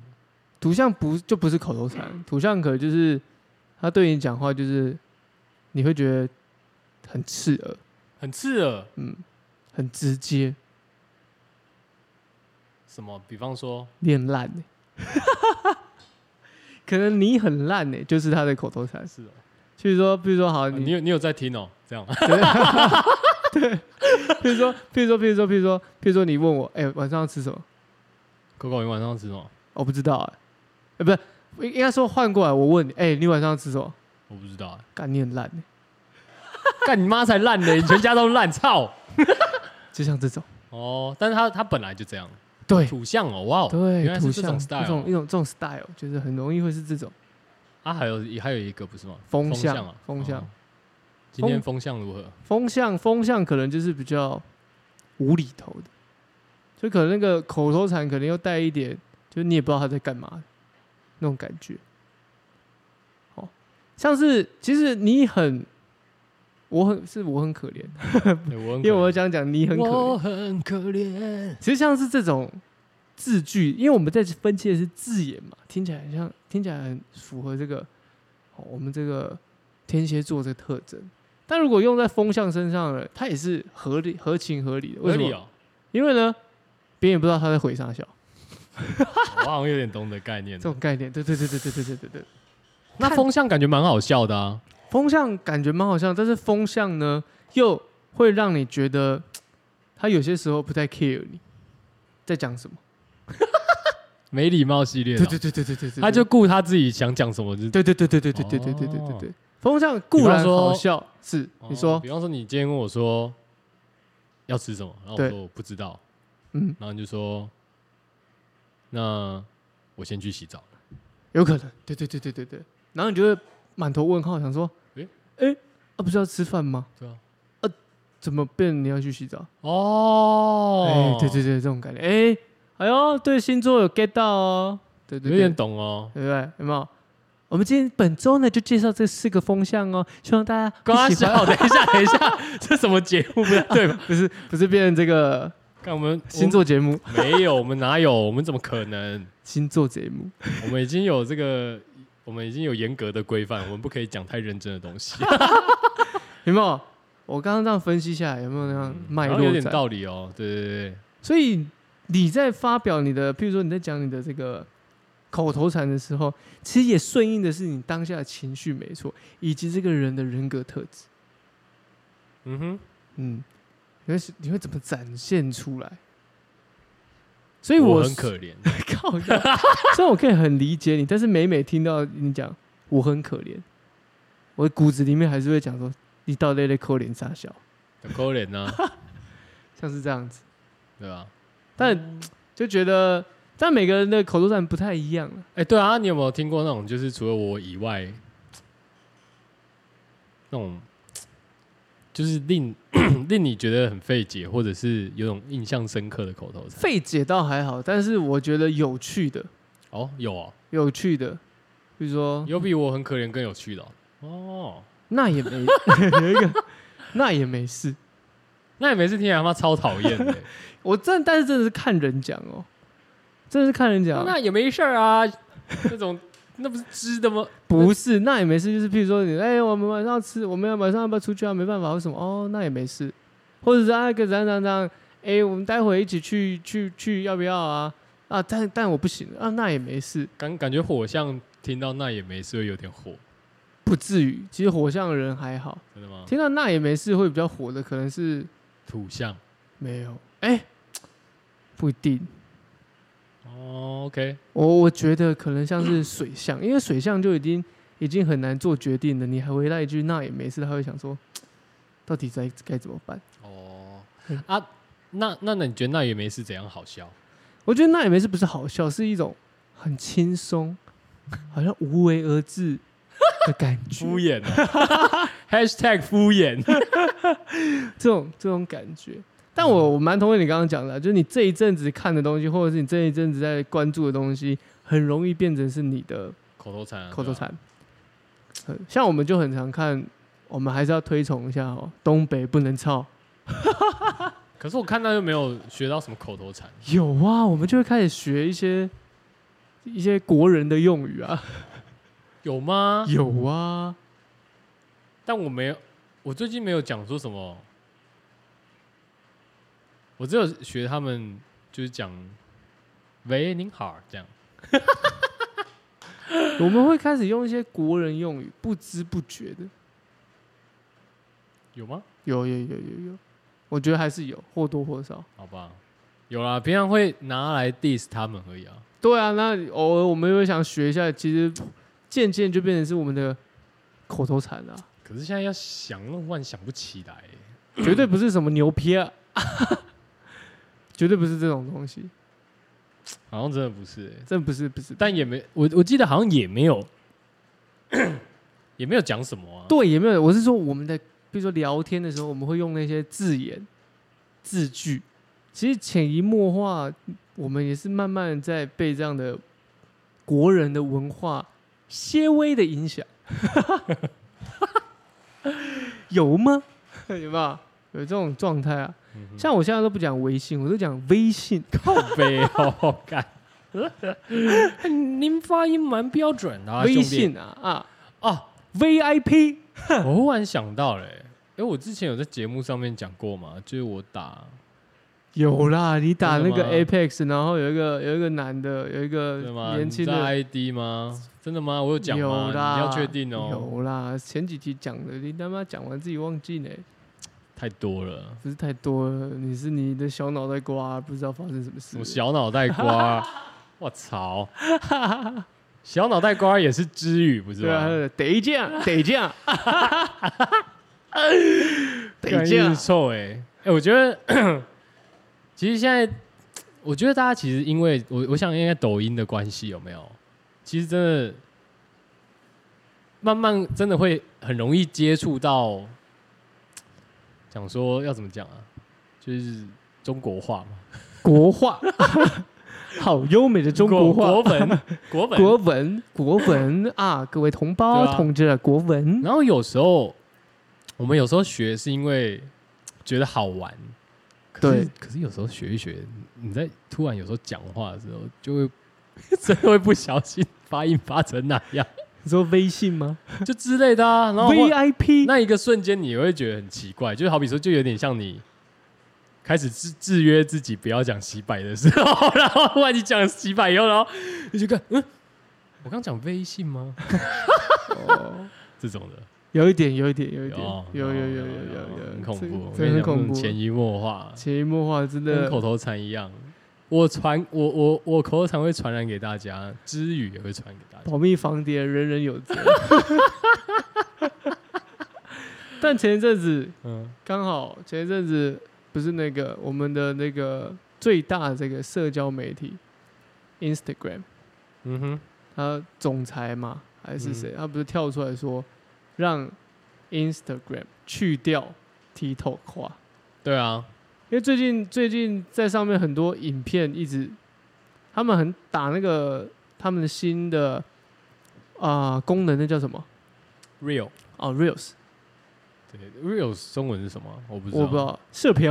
土象不就不是口头禅，土象可能就是他对你讲话就是你会觉得很刺耳，
很刺耳。
嗯，很直接，
什么？比方说，
你很烂呢、 可能你很烂呢、欸就是他的口头禅。
是哦，
譬如说，譬如说，好，
啊你
你，
有你有在听哦，这样
譬如说，譬如说，譬如说，譬如说，譬如说，你问我，哎、晚上要吃什么？
，Coco，你晚上吃什么？
我不知道哎、哎、不是，应该说换过来，我问你，哎、你晚上要吃什么？
我不知道、啊，
干，你很烂、欸，
干你妈才烂呢，你全家都烂，操！
就像这种，
哦，但是他他本来就这样，
对
土象哦，哇哦，
对
原，来
土
是这
象
种
一
style
种一
哦。
种这种 style，就是很容易会是这种
啊，还有还有一个不是吗？
风
象
向
啊，，
风向
哦，今天风向如 何？
风向风向可能就是比较无厘头的，就可能那个口头禅可能又带一点，就是你也不知道他在干嘛那种感觉。哦，像是其实你很，我很是我很可怜，
对我很
因为
可
我
怜
讲讲你很可
我
怜，
很可怜。
其实像是这种字句，因为我们在分析的是字眼嘛，听起来很像，听起来很符合这个、哦、我们这个天蝎座这个特征。但如果用在风象身上呢，它也是合理、合情合理的。为
合
什
理
么？
哦，
因为呢，别人也不知道他在回啥笑，
我好像有点懂的概念
这。种概念。对对对对对对对对对。
那风向感觉蛮好笑的啊，
风向感觉蛮好笑，但是风向呢又会让你觉得他有些时候不太 care 你在讲什么。
没礼貌系列的
对
啊。
对对对对对对，
他就顾他自己想讲什么就。
对对对对对对对对对对对对，风向固然好笑，是
哦
你说，
比方说你今天问我说要吃什么，然后我
对
说我不知道，
嗯，
然后你就说那我先去洗澡。
有可能，对对对对对对，然后你就会满头问号，想说，
诶
诶诶，啊不是要吃饭吗？
对啊。
怎么变你要去洗澡？
哦
哎，，对对对，这种感觉，哎，哎呦，对星座有 get 到哦，对对
有
对，
点懂哦。
对不对？有没有？我们今天本周呢就介绍这四个风向哦，希望大家
刚刚
会喜欢
笑，等一下，等一下， 这什么节目？不是对吧？
不是不是变成这个
看我们
星座节目，
我们没有，我们哪有？我们怎么可能？
星座节目，
我们已经有这个，我们已经有严格的规范，我们不可以讲太认真的东西。
有没有？我刚刚这样分析下来，有没有那样脉
然
络
后
在？
嗯有点道理哦，对对对，
所以你在发表你的，譬如说你在讲你的这个口头禅的时候，其实也顺应的是你当下的情绪，没错，以及这个人的人格特质。
嗯哼。
嗯，你会你会怎么展现出来？所以
因为
我
我很 可怜，
靠腰，虽然我可以很理解你，但是每每听到你讲我很可怜，我骨子里面还是会讲说，你到底在扣脸傻笑，
很可怜呐，
像是这样子。
对吧？
但就觉得，但每个人的口头禅不太一样了。
哎、对啊，你有没有听过那种就是除了我以外，那种就是令令你觉得很费解，或者是有种印象深刻的口头禅？
费解倒还好，但是我觉得有趣的，
哦，有哦，
有趣的，比如说
有比我很可怜更有趣的哦。哦
那也没 有一个，那也没事。
那你每次听起来啊他妈超讨厌的欸、
我真的，但是真的是看人讲哦，真的是看人讲。
哦那也没事儿啊，那种那不是知的吗？
不是，那也没事，就是譬如说你，哎、我们晚上要吃，我们要晚上要不要出去啊？没办法，为什么？哦，那也没事，或者是啊，个怎样怎样怎样，哎、我们待会一起去去去，要不要啊？啊，但但我不行啊，那也没事，
感感觉火象听到那也没事会有点火，
不至于。其实火象的人还好，
真的吗？
听到那也没事会比较火的，可能是
土象
没有，哎、不一定。
哦，OK，
我我觉得可能像是水象，因为水象就已经已经很难做决定了，你还回来一句那也没事，他会想说，到底该该怎么办？
哦啊，那那那你觉得那也没事怎样好笑？
我觉得那也没事，不是好笑，是一种很轻松，好像无为而治的感觉，
敷衍、啊、，#hashtag 敷衍，
这种这种感觉。但我我蛮同意你刚刚讲的啊，就是你这一阵子看的东西，或者是你这一阵子在关注的东西，很容易变成是你的
口头禅、啊，
口头禅。呃像我们就很常看，我们还是要推崇一下哦，东北不能操。
对啊。可是我看到又没有学到什么口头禅，
有啊，我们就会开始学一些一些国人的用语啊，
有吗？
有啊，
但我没有，我最近没有讲说什么，我只有学他们就是讲“喂，您好”这样。
我们会开始用一些国人用语，不知不觉的，
有吗？
有有有有有，我觉得还是有或多或少。
好吧，有啦，平常会拿来 diss 他们而已啊。
对啊，那偶尔我们也会想学一下，其实渐渐就变成是我们的口头禅啊了、
可是现在要想，我忽然想不起来、
绝对不是什么牛批啊， 绝对不是这种东西，
好像真的不是、欸。
真不是不是，
但也没我我记得好像也没有，也没有讲什么啊。
对也没有，我是说我们的，比如说聊天的时候，我们会用那些字眼、字句，其实潜移默化，我们也是慢慢在被这样的国人的文化些微的 影响，有吗？有吧，有这种状态啊。
嗯哼
像我现在都不讲微信，我都讲微信。
靠背哦， 干。哎您发音蛮标准的、啊，
微
兄弟
信啊啊
啊！
，VIP
我忽然想到了、欸，哎，我之前有在节目上面讲过嘛，就是我打
有啦，你打那
真的
个
吗
Apex，然后有一个有一个男的，有一
对
个
吗？
年
你
轻
知
的
道 ID 吗？真的吗？我有讲吗？
有啦，
你要确定哦，
有啦，前几集讲的，你他妈讲完自己忘记呢，
太多了，
不是太多了。你是你的小脑袋瓜，不知道发生什么事
我。小脑袋瓜，我操！小脑袋瓜也是知语，不是
对啊，
吗？
得这样，得这样，得
干
这
一
样
直。臭哎、欸、哎、我觉得其实现在，我觉得大家其实因为我我想应该抖音的关系有没有？其实真的慢慢真的会很容易接触到，讲说要怎么讲啊？就是中国话嘛，
国画， 好优美的中国
国
画，
文国文。
国文，国文啊，各位同
对
胞
啊
统治了国文。
然后有时候我们有时候学是因为觉得好玩，可是
对
可是有时候学一学，你在突然有时候讲话的时候，就会 真的会不小心发音发成那样，
你说微信吗
就之类的啊。然后或
？VIP
那一个瞬间，你会觉得很奇怪，就好比说，就有点像你。开始制制约自己不要讲洗白的时候， 然后突然你讲洗白以后，然后你就看，嗯，我刚讲微信吗？
哦，
这种的，
有一点，有一点，有一点，
哦
有有有有有有，
很恐
这
怖，
这
我跟你讲那
很恐
种
怖，
潜移默化，
潜移默化真
跟
的
口头禅一样。我传我我我口头禅会传染给大家，知语也会传给大家。
保密防谍，人人有责。 但前一阵子
嗯
刚好前一阵子不是那个我们的那个最大的这个社交媒体 Instagram，
嗯哼，
他总裁嘛还是
嗯
谁，他不是跳出来说让 Instagram 去掉 TikTok 化，
对啊，
因为最近最近在上面很多影片一直，他们很打那个他们的新的啊、功能，那叫什么？
Real
哦，Reels，
对 Real 中文是什么？我不知道，
我不知道射频，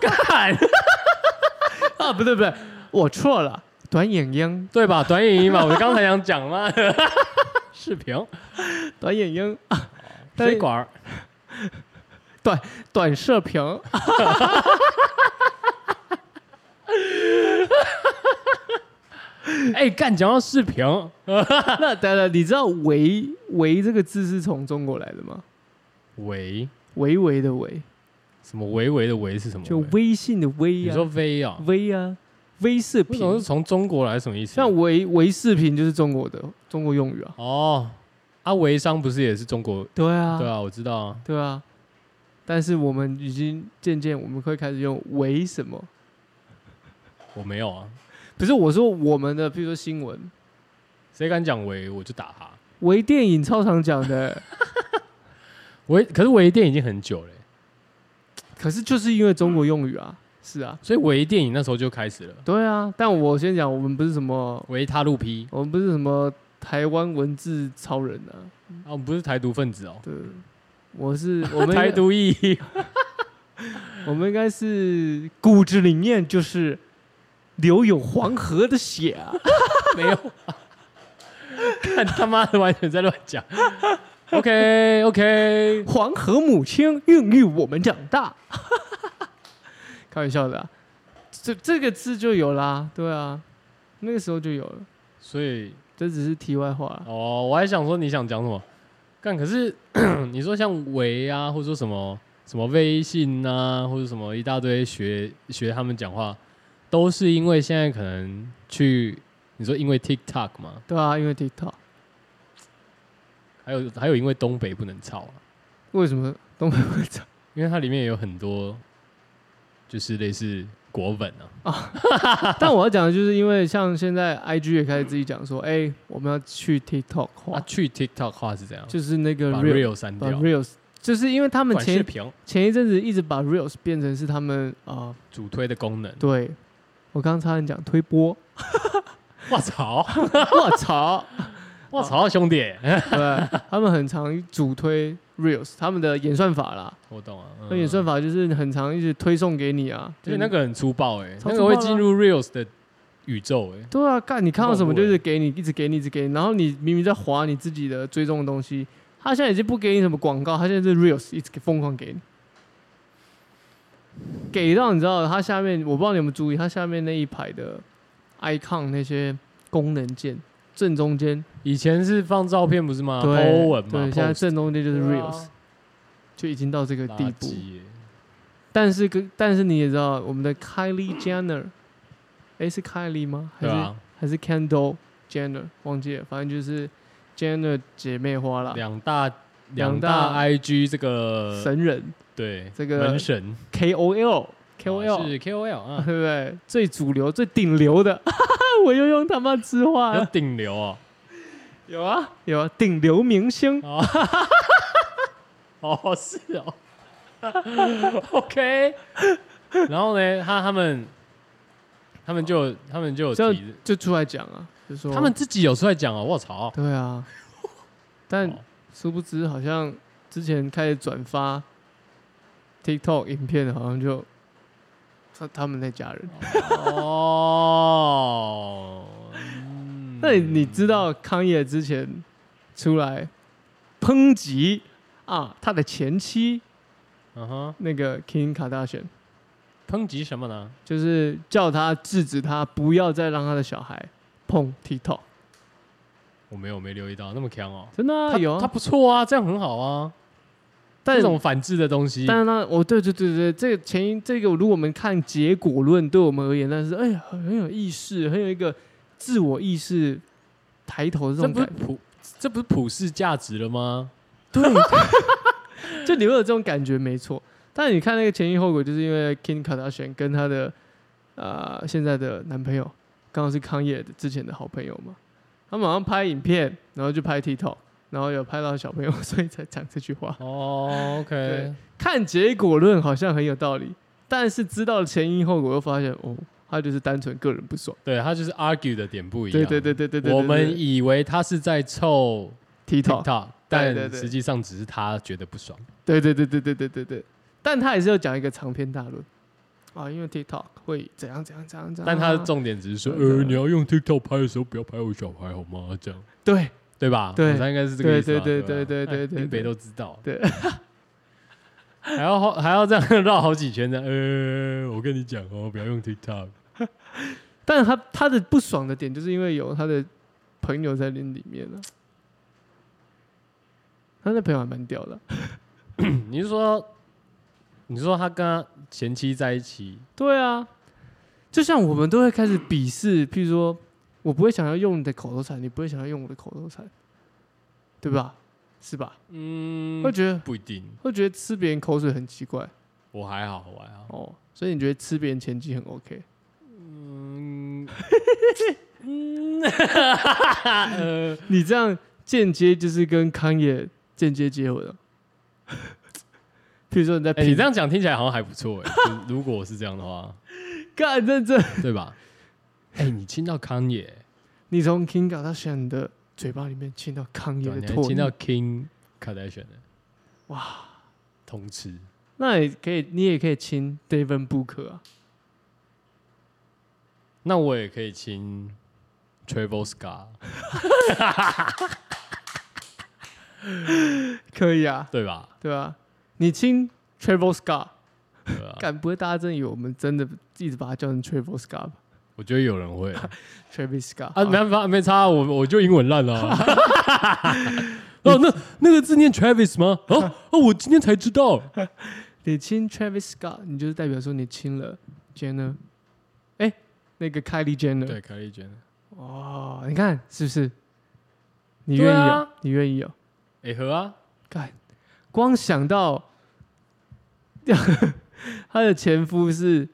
干 啊，不对不对，我错了，短眼鹰，
对吧？短影音嘛， 我刚才想讲嘛， 视频
短眼鹰，但
水管儿
短射频，
哎，干讲到视频，
那当然，你知道“维”“维”这个字是从中国来的吗？
维
维维的维，
什么维维的维是什么维？
就微信的微
你
呀、
说微啊？
微啊，微视
为
频
什，么是从中国来？什么意思？
像维维视频就是中国的中国用语啊。
哦，啊，微商不是也是中国？
对啊，
对啊，我知道啊。
对啊。但是我们已经渐渐我们会开始用为什么？
我没有啊，
不是我说我们的，比如说新闻，
谁敢讲微我就打他。
为电影超常讲 的，
微可是微电影已经很久了欸，
可是就是因为中国用语啊，是啊，
所以微电影那时候就开始了。
对啊。但我先讲，我们不是什么，
维他路 P
我们不是什么台湾文字超人啊，
啊，我们不是台独分子哦，
对，我 是我们
台独意义
我们应该是骨子里面就是流有黄河的血啊。
没有， 看他妈的完全在乱讲。OK OK，
黄河母亲孕育我们长大。 开玩笑的、啊，这这个字就有啦，对啊，那个时候就有了，
所以
这只是题外话啊。
哦，我还想说你想讲什么，干可是 你说像维啊，或者说什么什么微信啊，或者什么一大堆学学他们讲话，都是因为现在可能去你说因为 TikTok 嘛，
对啊，因为 TikTok，
还有还有因为东北不能吵啊，
为什么东北会长？
因为它里面也有很多就是类似国本啊，
但我要讲的就是，因为像现在 IG 也开始自己讲说，哎、我们要去 TikTok
啊
化，
去 TikTok 化是怎样？
就是那个
把
Real
real 删
把
掉，
Reels，就是因为他们
管视
前
频
前一阵子一直把 Reels 变成是他们啊、呃
主推的功能。
对我刚刚差点讲推波，
我操！
我操！
我操，兄弟！
对，他们很常主推 Reels，他们的演算法啦，
我懂啊，
那演算
法
法就是很常一直推送给你啊，
就是那个很粗暴哎，
超
那个
粗暴
会
啊
进入 reels 的宇宙哎，
对啊，干你看到什么
很恐怖
就是给你，一直给你，一直给你，然后你明明在划你自己的追踪的东西，他现在已经不给你什么广告，他现在是 Reels 一直给疯狂给你。给到你知道，它下面我不知道你有没有注意，它下面那一排的 icon 那些功能键正中间，
以前是放照片不是吗？
对
po 文嘛，
对，现在
啊 post
正中间就是
对啊
Reels，就已经到这个地
垃
步。
圾欸耶
但是跟但是你也知道，我们的 Kylie Jenner，哎是 Kylie 吗？还
对
是、
啊，
还是 Kendall Jenner？忘记了，反正就是 Jenner 姐妹花啦，
两大两
啊两
大
大
IG 这个
神人
对
这个
门神
KOL
啊
KOL，、
是 KOL
对
啊，
不对？最主流最顶流的， 我又用他妈之话
要
了，
顶流哦。
有啊有啊，顶流明
啊
星，
哦，是哦 ，OK。然后呢，他他们他们就有他们就有
这
提
样，就出来讲啊，就说
他们自己有出来讲哦，我操，
对啊，
哦
但殊不知好像之前开始转发 TikTok 影片，好像就他他们那家人。
哦，嗯
那你你知道康业之前出来抨击啊他的前妻
嗯哼，
那个 Kim Kardashian，
抨击什么呢？
就是叫他制止他不要再让他的小孩碰 TikTok，
我没有没留意到，那么强哦，
真的啊、
他
有
他
啊，
不错啊，这样很好啊，
但
这种反制的东西，
但是呢，我对对对对，这个前因这个，如果我们看结果论，对我们而言，那是哎呀，很很有意识，很有一个自我意识抬头的
这
这种
不是
感觉。
普这不是普世价值了吗？
对，就你会有这种感觉，没错。但你看那个前因后果，就是因为 Kim Kardashian 跟她的呃现在的男朋友，刚好是康业之前的好朋友嘛，他们好像拍影片，然后就拍 TikTok，然后有拍到小朋友，所以才讲这句话。
哦，OK，
对看结果论好像很有道理，但是知道前因后果，又发现哦，他就是单纯个人不爽。
对他就是 argue 的点不一样。
对对对对对对，
我们以为他是在凑
TikTok，
TikTok，
对
但
对对
实际上只是他觉得不爽。
对对对对对对对对，但他也是要讲一个长篇大论啊，因为 TikTok 会怎样怎样怎样怎样啊，
但他的重点只是说，
对
呃，你要用 TikTok 拍的时候，不要拍我小孩好吗？这样
对
对吧？
对
我猜应该是这个意思吧。
对
对
对对对
吧
对
哎
对
林北
对
都知道。
对，
还要好还要这样绕好几圈的。
呃，我跟你讲哦，不要用 TikTok。
但他他的不爽的点，就是因为有他的朋友在那里面了、他那朋友还蛮屌的，
你是说，你是说他跟他前妻在一起，
对啊，就像我们都会开
嗯
始鄙视，譬如说，我不会想要用你的口头禅，你不会想要用我的口头禅，对吧？是吧？
嗯
会觉得
不一定。
会觉得吃别人口水很奇怪
我还好，我还好。
哦，所以你觉得吃别人前妻很 OK？
嗯，嗯，
你这样间接就是跟康也间接接吻了。譬如说你在
哎，你这
样
样讲听起来好像还不错哎。就如果是这样的话，
干认真，
对吧？哎，你亲到康也，
你从 King g a r d a s h a n 的嘴巴里面亲到康也
对吧，你
的
还
唾
亲
液，
到 King Kardashian 的，
哇！
通吃。
那也可以，你也可以亲 David Booker 啊，
那我也可以亲 Travel Scar，
可以啊，
对吧？
对吧、你亲 Travel Scar，
对啊，
敢不会大家真以为我们真的一直把它叫成 Travel Scar 吧
我觉得有人 会啊，
？Travis Scott
没办法，没差，啊我我就英文烂了 啊。哦，那那个字念 Travis 吗？哦哦，我今天才知道。
你亲 Travis Scott，你就是代表说你亲了 Jenner，哎、那个 Kylie Jenner，
对，可以觉得。
哦，你看是不是？你
对
愿意、
啊
哦，你愿意哦。
哎和啊，
干，光想到 他的前夫是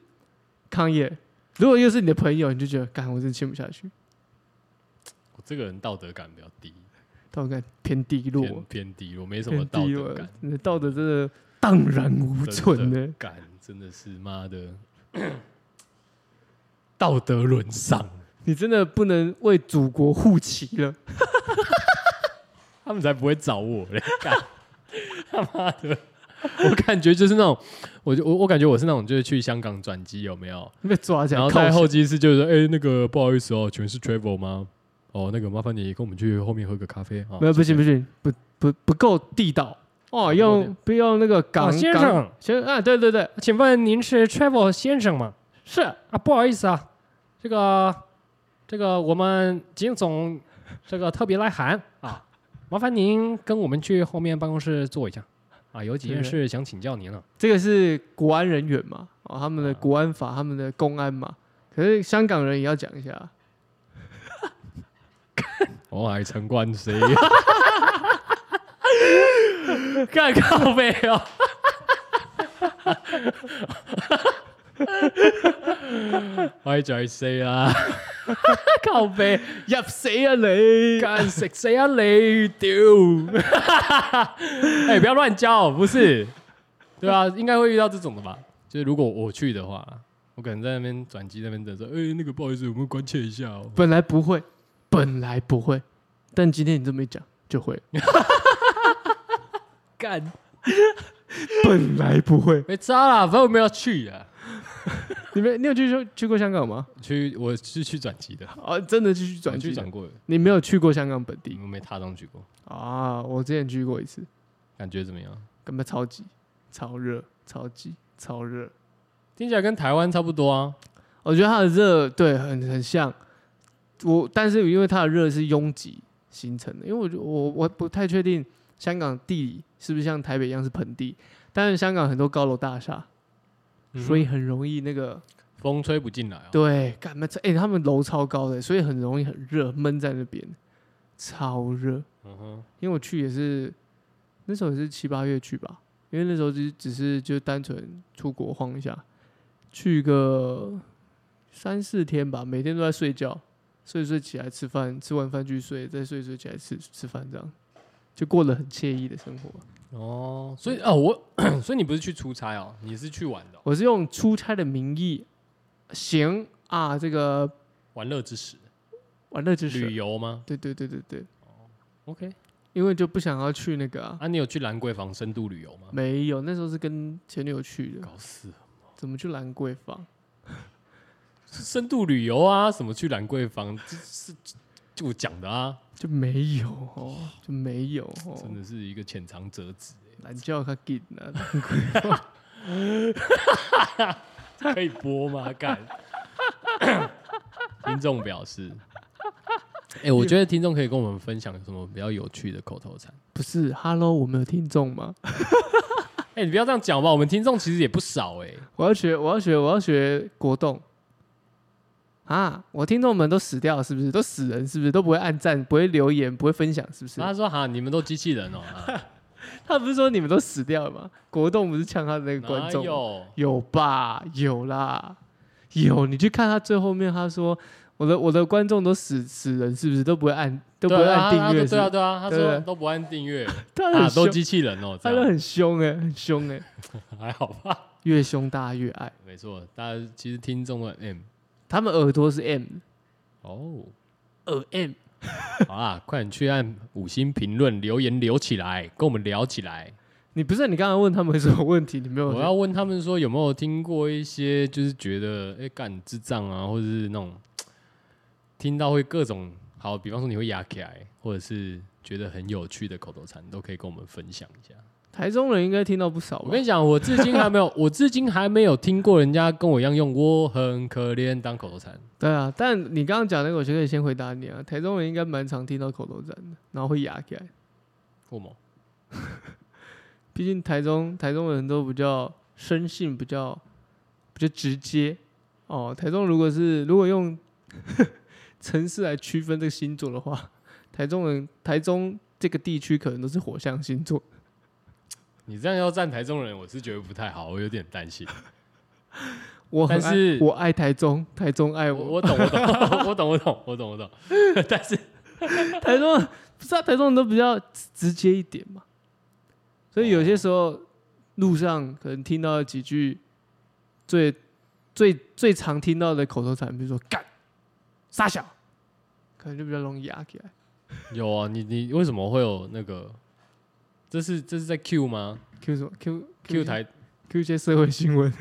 康也，如果又是你的朋友，你就觉得干，我真的亲不下去，
我这个人道德感比较低，
道德感偏低落，
偏偏低，我没什么
偏
道
低
德
落
感，，
你的道德真的荡然无存呢、
感真的是妈的 道德沦丧。
你真的不能为祖国护旗了。
他们才不会找我 嘞！干他妈的，我感觉就是那种，我就我我感觉我是那种，就是去香港转机有没有？
被抓起来
然后
铐
在
起
候
来，
机室就是说，哎、那个不好意思哦，请问是 travel 吗？哦，那个麻烦你跟我们去后面喝个咖啡啊。
没有不行不
行，
行，不不不够地道哦，用不用那个港、
啊先
港
生
先啊，对对对，
请问您是 travel 先生吗？
是
啊，不好意思啊，这个这个我们景总这个特别来函啊，麻烦您跟我们去后面办公室坐一下啊，有几
件
件
事
事想请教您了。
这个是国安人员嘛，哦，他们的
啊
国安法，他们的公安嘛，可是香港人也要讲一下，
我还陈冠希，干靠背哦。我在死啊！靠背，
入死啊你！
干食死啊你屌！哎、不要乱叫，不是？对啊，应该会遇到这种的吧？就是如果我去的话，我可能在那边转机那边等说，哎、那个不好意思，我们关切一下哦。
本来不会，本来不会，但今天你这么一讲就 会了，
干，
本来不会。
没渣啦，反正我没有去啊。
你没你有去说去过香港吗？
去，我是去转机的，
啊，真的去转
我
机
去
的
转过的，
你没有去过香港本地
我没踏上去过，
啊？我之前去过一次，
感觉怎么样？
根本超级超热，超级超热。
听起来跟台湾差不多啊。
我觉得它的热对很很像我，但是因为它的热是拥挤形成的，因为我觉得我我不太确定香港地理是不是像台北一样是盆地，但是香港很多高楼大厦，
嗯哼
所以很容易那个
风吹不进来啊。
对，干嘛？哎、他们楼超高的，所以很容易很热，闷在那边，超热。
嗯哼，
因为我去也是那时候也是七八月去吧，因因为那时候只只是就单纯出国晃一下，去个三四天吧，每天都在睡觉，睡一睡起来吃饭，吃完饭去睡，再睡一睡起来吃吃饭，这样就过得很惬意的生活。
哦，所以哦，我所以你不是去出差哦，你是去玩的哦、
我是用出差的名义，行啊，这个
玩乐之时，
玩乐之
旅
旅，
游吗
对对对对对，
？OK，
因为就不想要去那个啊，
啊，你有去兰桂坊深度旅游吗？
没有，那时候是跟前女友去的，
嗯搞死了，
怎么去兰桂坊？
是深度旅游啊，什么去兰桂坊，这是就我讲的啊，
就没有哦，就没有哦，
真的是一个浅尝辄止，
懒觉较紧啊，
可以播吗？干， 听众表示。哎、我觉得听众可以跟我们分享什么比较有趣的口头禅。
不是？Hello，我们有听众吗？
哎、你不要这样讲吧，我们听众其实也不少哎、
我要学，我要学，我要学国栋啊！我听众们都死掉了是不是？都死人是不是？都不会按赞，不会留言，不会分享是不是？
他说：“哈，你们都机器人 哦、啊，
他不是说你们都死掉了吗？国栋不是呛他的那个观
哪
众吗？
有？
有吧？有啦，有。你去看他最后面，他说我的我的观众都死死人，是不是都不会按都不会
对啊
按订阅
他
是
对
不
啊，
是？
对啊，他
对
说
对
都不按订 阅，
他
啊，
很
都
凶，
机器人哦，
他
这
都
样
很凶哎、很凶哎、
还好 吧？
越凶大家越爱。
没错，大家其实听众的 M
他们耳朵是 M
哦，
耳 M，
好啦，快点去按五星评论留言留起来，跟我们聊起来。
你不是你刚才问他们什么问题？你没有？
我要问他们说有没有听过一些就是觉得哎干、你智障啊，或者是那种听到会各种好，比方说你会压起来，或者是觉得很有趣的口头禅，都可以跟我们分享一下。
台中人应该听到不少吧。
我跟你讲，我至今还没有，我至今还没有听过人家跟我一样用“我很可怜”当口头禅。
对啊，但你刚刚讲那个，我就可以先回答你啊。台中人应该蛮常听到口头禅的，然后会哑起来。
或某
毕竟台中台中人都比较生性，比较比较直接哦。台中如果是如果用 城市来区分这个星座的话，台中人台中这个地区可能都是火象星座。
你这样要站台中人，我是觉得不太好，我有点担心。
我很
但
爱
是
我爱台中，台中爱
我
我。
我懂，我懂，我懂，我懂，我懂，我懂。但是
台中人不是啊，台中人都比较直直接一点嘛，所以有些时候路上可能听到几句最最最常听到的口头禅，比如说“干”“ 傻小”，可能就比较容易压起来。
有啊，你你为什么会有那个？这是这是在 Q 吗
Q 什么 Q
？Q 台
Q 一些社会新闻？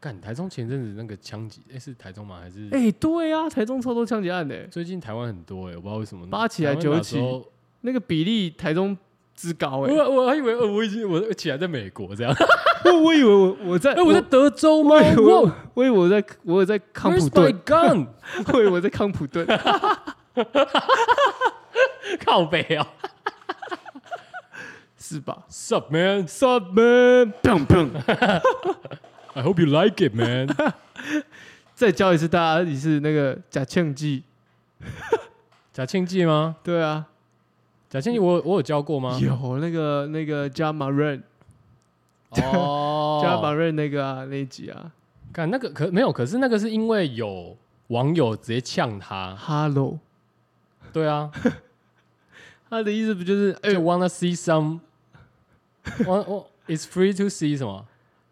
干台中前阵子那个枪击，哎、是台中吗？还是、
哎、对啊，台中超多枪击案的、
最近台湾很多哎、我不知道为什么
八起来
台湾
九
哪时
起
候
那个比例台中之高哎、
我我还以为呃我已经我起来在美国 这样，
我我以为我我在
哎、我在德州吗？
我以为
哇
我我以为我在我有在康普
Where's
顿
my，gun？
我以为我在康普顿。
靠背哦
是吧
，Sup man，
？Sup man，砰砰！
I hope you like it, man.
再教一次大家，你是那个假庆记，
假庆记吗？
对啊，
假庆记我我有教过吗？
有那个那个加马润，
哦，
加马润那个啊那一集啊
看那个可没有，可是那个是因为有网友直接呛他，
，Hello，
对啊，
他的意思不就是哎
就 wanna see some，want is free to see 什么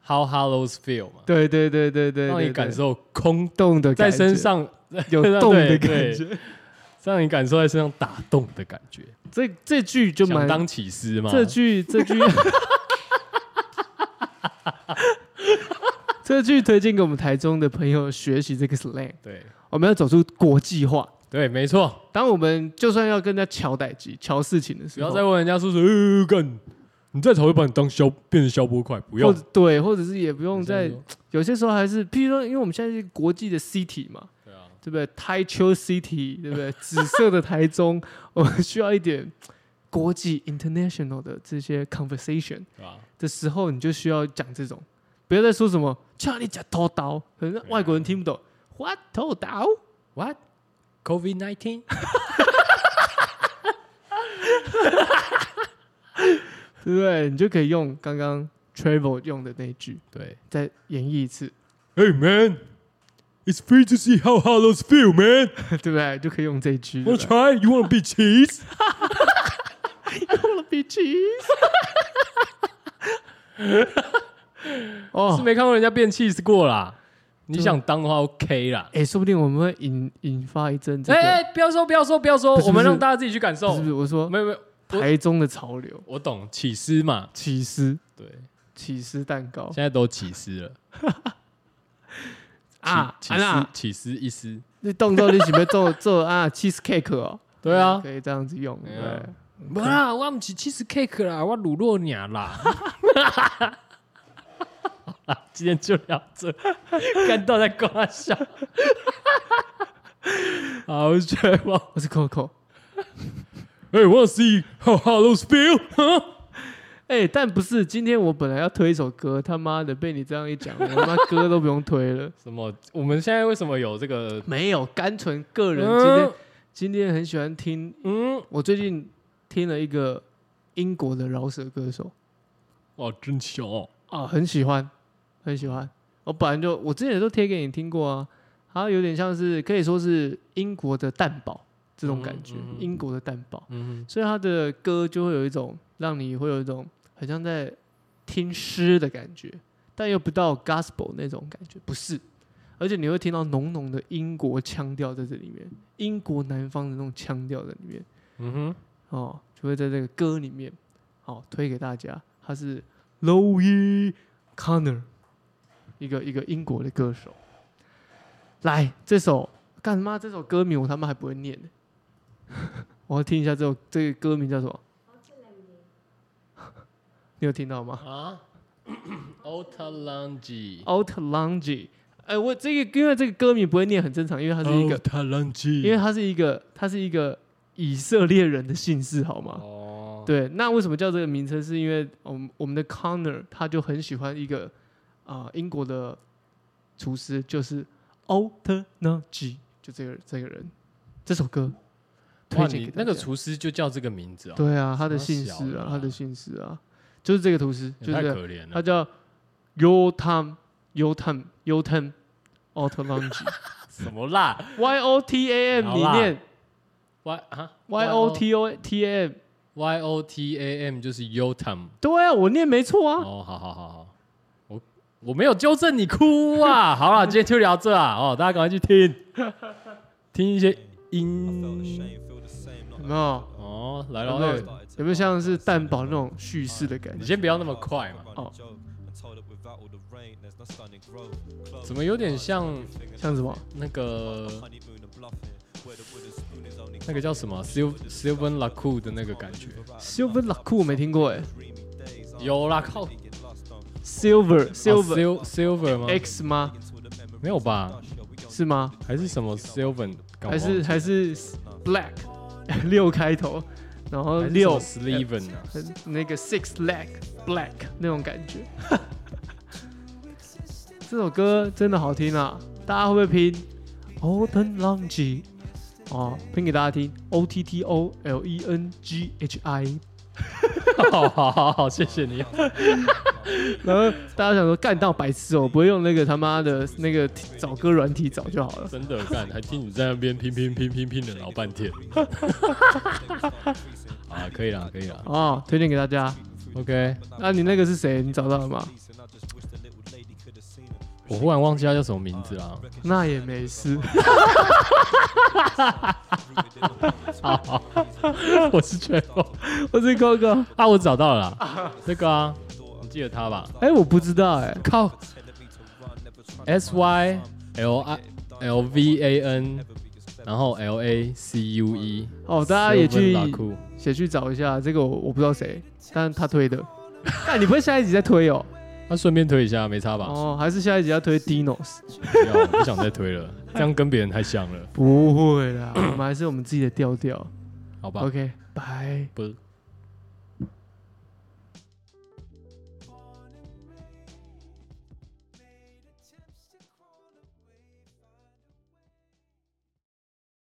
how hollows feel 嘛，
对对对对对对，
让你
对
感受空
动的
在
感觉
身上，
有动的
对对
感觉，
让你感受在身上打动的感觉，
这这句就
想
蛮
当起司吗？
这句这 句这句推荐给我们台中的朋友学习这个 slang，
对
我们要走出国际化。
对，没错。
当我们就算要跟人家瞧代际、瞧事情的
不
时
要
候，
再问人家说是呃干，你再吵会把你当消变成消波块，不要
或者对，或者是也不
不
用再，有些时候还是，譬如说，因为我们现在是国际的 city 嘛，
对啊，
对不对？台球 city，对不 对？紫色的台中， 我们需要一点国际 international 的这些 conversation
对啊吧？
的时候，你就需要讲这种，不要再说什么“叫你讲偷刀”，可
啊
能外国人听不懂。What 偷刀？
What COVID nineteen？
对不对？你就可以用刚刚 Travel 用的那一句
对，
再演绎一次，
Hey man, it's free to see how hollows feel, man.
对不对？就可以用这一句。
Wanna try? You wanna be cheese?
用了 b e c h e
是
哦，
没看过人家变 cheese 过啦。你
对
想当的话 OK 啦。
哎，说不定我们会引引发一阵这
哎、哎
个，
不要说，不要说，不要说，
不是
我们
不是
让大家自己去感受。
不是不是？我说
没有没有，我
台中的潮流，
我懂起司嘛。
起司
对，
起司蛋糕
现在都起司了
啊
起
啊
起司
啦，
起司一丝。
你动作你准备做做啊 cheese cake 哦，
对 啊，
可以这样子用，
哎
对
呀不啦，我唔是 cheese cake 啦，我卤肉鸟啦。好啦，今天就聊这，干到在瓜 笑。好绝望！
我是 Coco，
Hey, wanna see how hollows feel? Huh?
哎，但不是，今天我本来要推一首歌，他妈的被你这样 一讲，我他妈歌都不用推了，
什么？我们现在为什么有这个？
没有，单纯个人今天
嗯
今天很喜欢听
嗯，
我最近听了一个英国的饶舌歌手
哇，真巧哦！
啊，很喜欢，很喜欢。我本来就我之前都贴给你听过啊，他有点像是可以说是英国的蛋堡这种感觉，
嗯嗯嗯
英国的蛋堡，
嗯
所以他的歌就会有一种让你会有一种很像在听诗的感觉，但又不到 gospel 那种感觉，不是。而且你会听到浓浓的英国腔调在这里面，英国南方的那种腔调在里面。
嗯哼，
哦，就会在这个歌里面，好、推给大家。他是 Louis Connor，一个一个英国的歌手。来，这首干他妈这首歌名我他妈还不会念 呢，我要听一下这首这个歌名叫什么？你有听到吗
啊 o t a l a n g i
？Out Lounge，哎、我这个因为这个歌名不会念很正常，因为它是一个，因为
Otalangi.
它是一个，它是一个以色列人的姓氏，好吗？
哦，
对，那为什么叫这个名称？是因为我们我们的 Connor 他就很喜欢一个啊、呃英国的厨师，就是 o t e n a g i 就这个这个人，这首歌推
哇，
荐给
你
大
那个
家
厨师就叫这个名字哦，
对啊，他的
什么
姓
小
氏
的
啊
啊，
他的姓氏啊，就是这个厨师，
也
就是
太
这个
可怜
他
了。
叫 Yotam Yotam Yotam o t e n a g
什么啦
i Y O T A M，
好
你
啦
念
？Y 啊
Y O T O T A M，
Y O T A M 就是 Yotam。
对啊，我念没错啊。
哦，好好好好，我我没有纠正你哭啊。 好了，今天就聊这啊。哦，大家赶快去听， 听一些
嗯
音
有没有？
哦，来了，
有没有
哎
有没有像是蛋堡那种叙事的感
你
觉？
先不要那么快嘛，
哦
哦，
怎么有点像
像什么？
那个那个叫什么啊 Sil Silver Lacu 的那个感觉？
Silver Lacu 我没听过哎
有啦，靠啊
，Silver 啊 Silver
Sil- Silver 啊吗？
X 吗？
没有啊吧？
啊是吗？
还是什么 Silver？搞
还
忘
是
记
还是 Black 六开头，然后
还是
六
什么 Sliven 啊？
呃那个 Six Leg Black 那种感觉。 这首歌真的好听啊！大家会不会拼 o t e n l o n g e 哦，拼给大家听，O T T O L E N G H I。呃
好好好好，谢谢你。
然后大家想说，干到白痴哦、我不会用那个他妈的那个找歌软体找就好了。
真的干，还听你在那边拼拼拼拼拼了老半 天。啊，可以啦，可以啦。
哦，推荐给大家。
OK，
那、你那个是谁？你找到了吗？
我忽然忘记他叫什么名字啊啦。
那也没 事。
我是全梦
我是 Coco。
啊，我找到了啦，这个啊，你记得他吧？
哎、我不知道哎、
靠，S Y L I L V A N，然后 L A C U E，
哦，大家也去
Sylvan Lacour
也去找一下这个我，我不知道谁，但是他推的。 那、你不会下一集再推 哦？
那顺便推一下，没差吧？
哦，还是下一集要推 Dinos？
不要，我不想再推了，这样跟别人太像了，
不会啦，我们还是我们自己的调调。
好吧？
OK，拜。
不。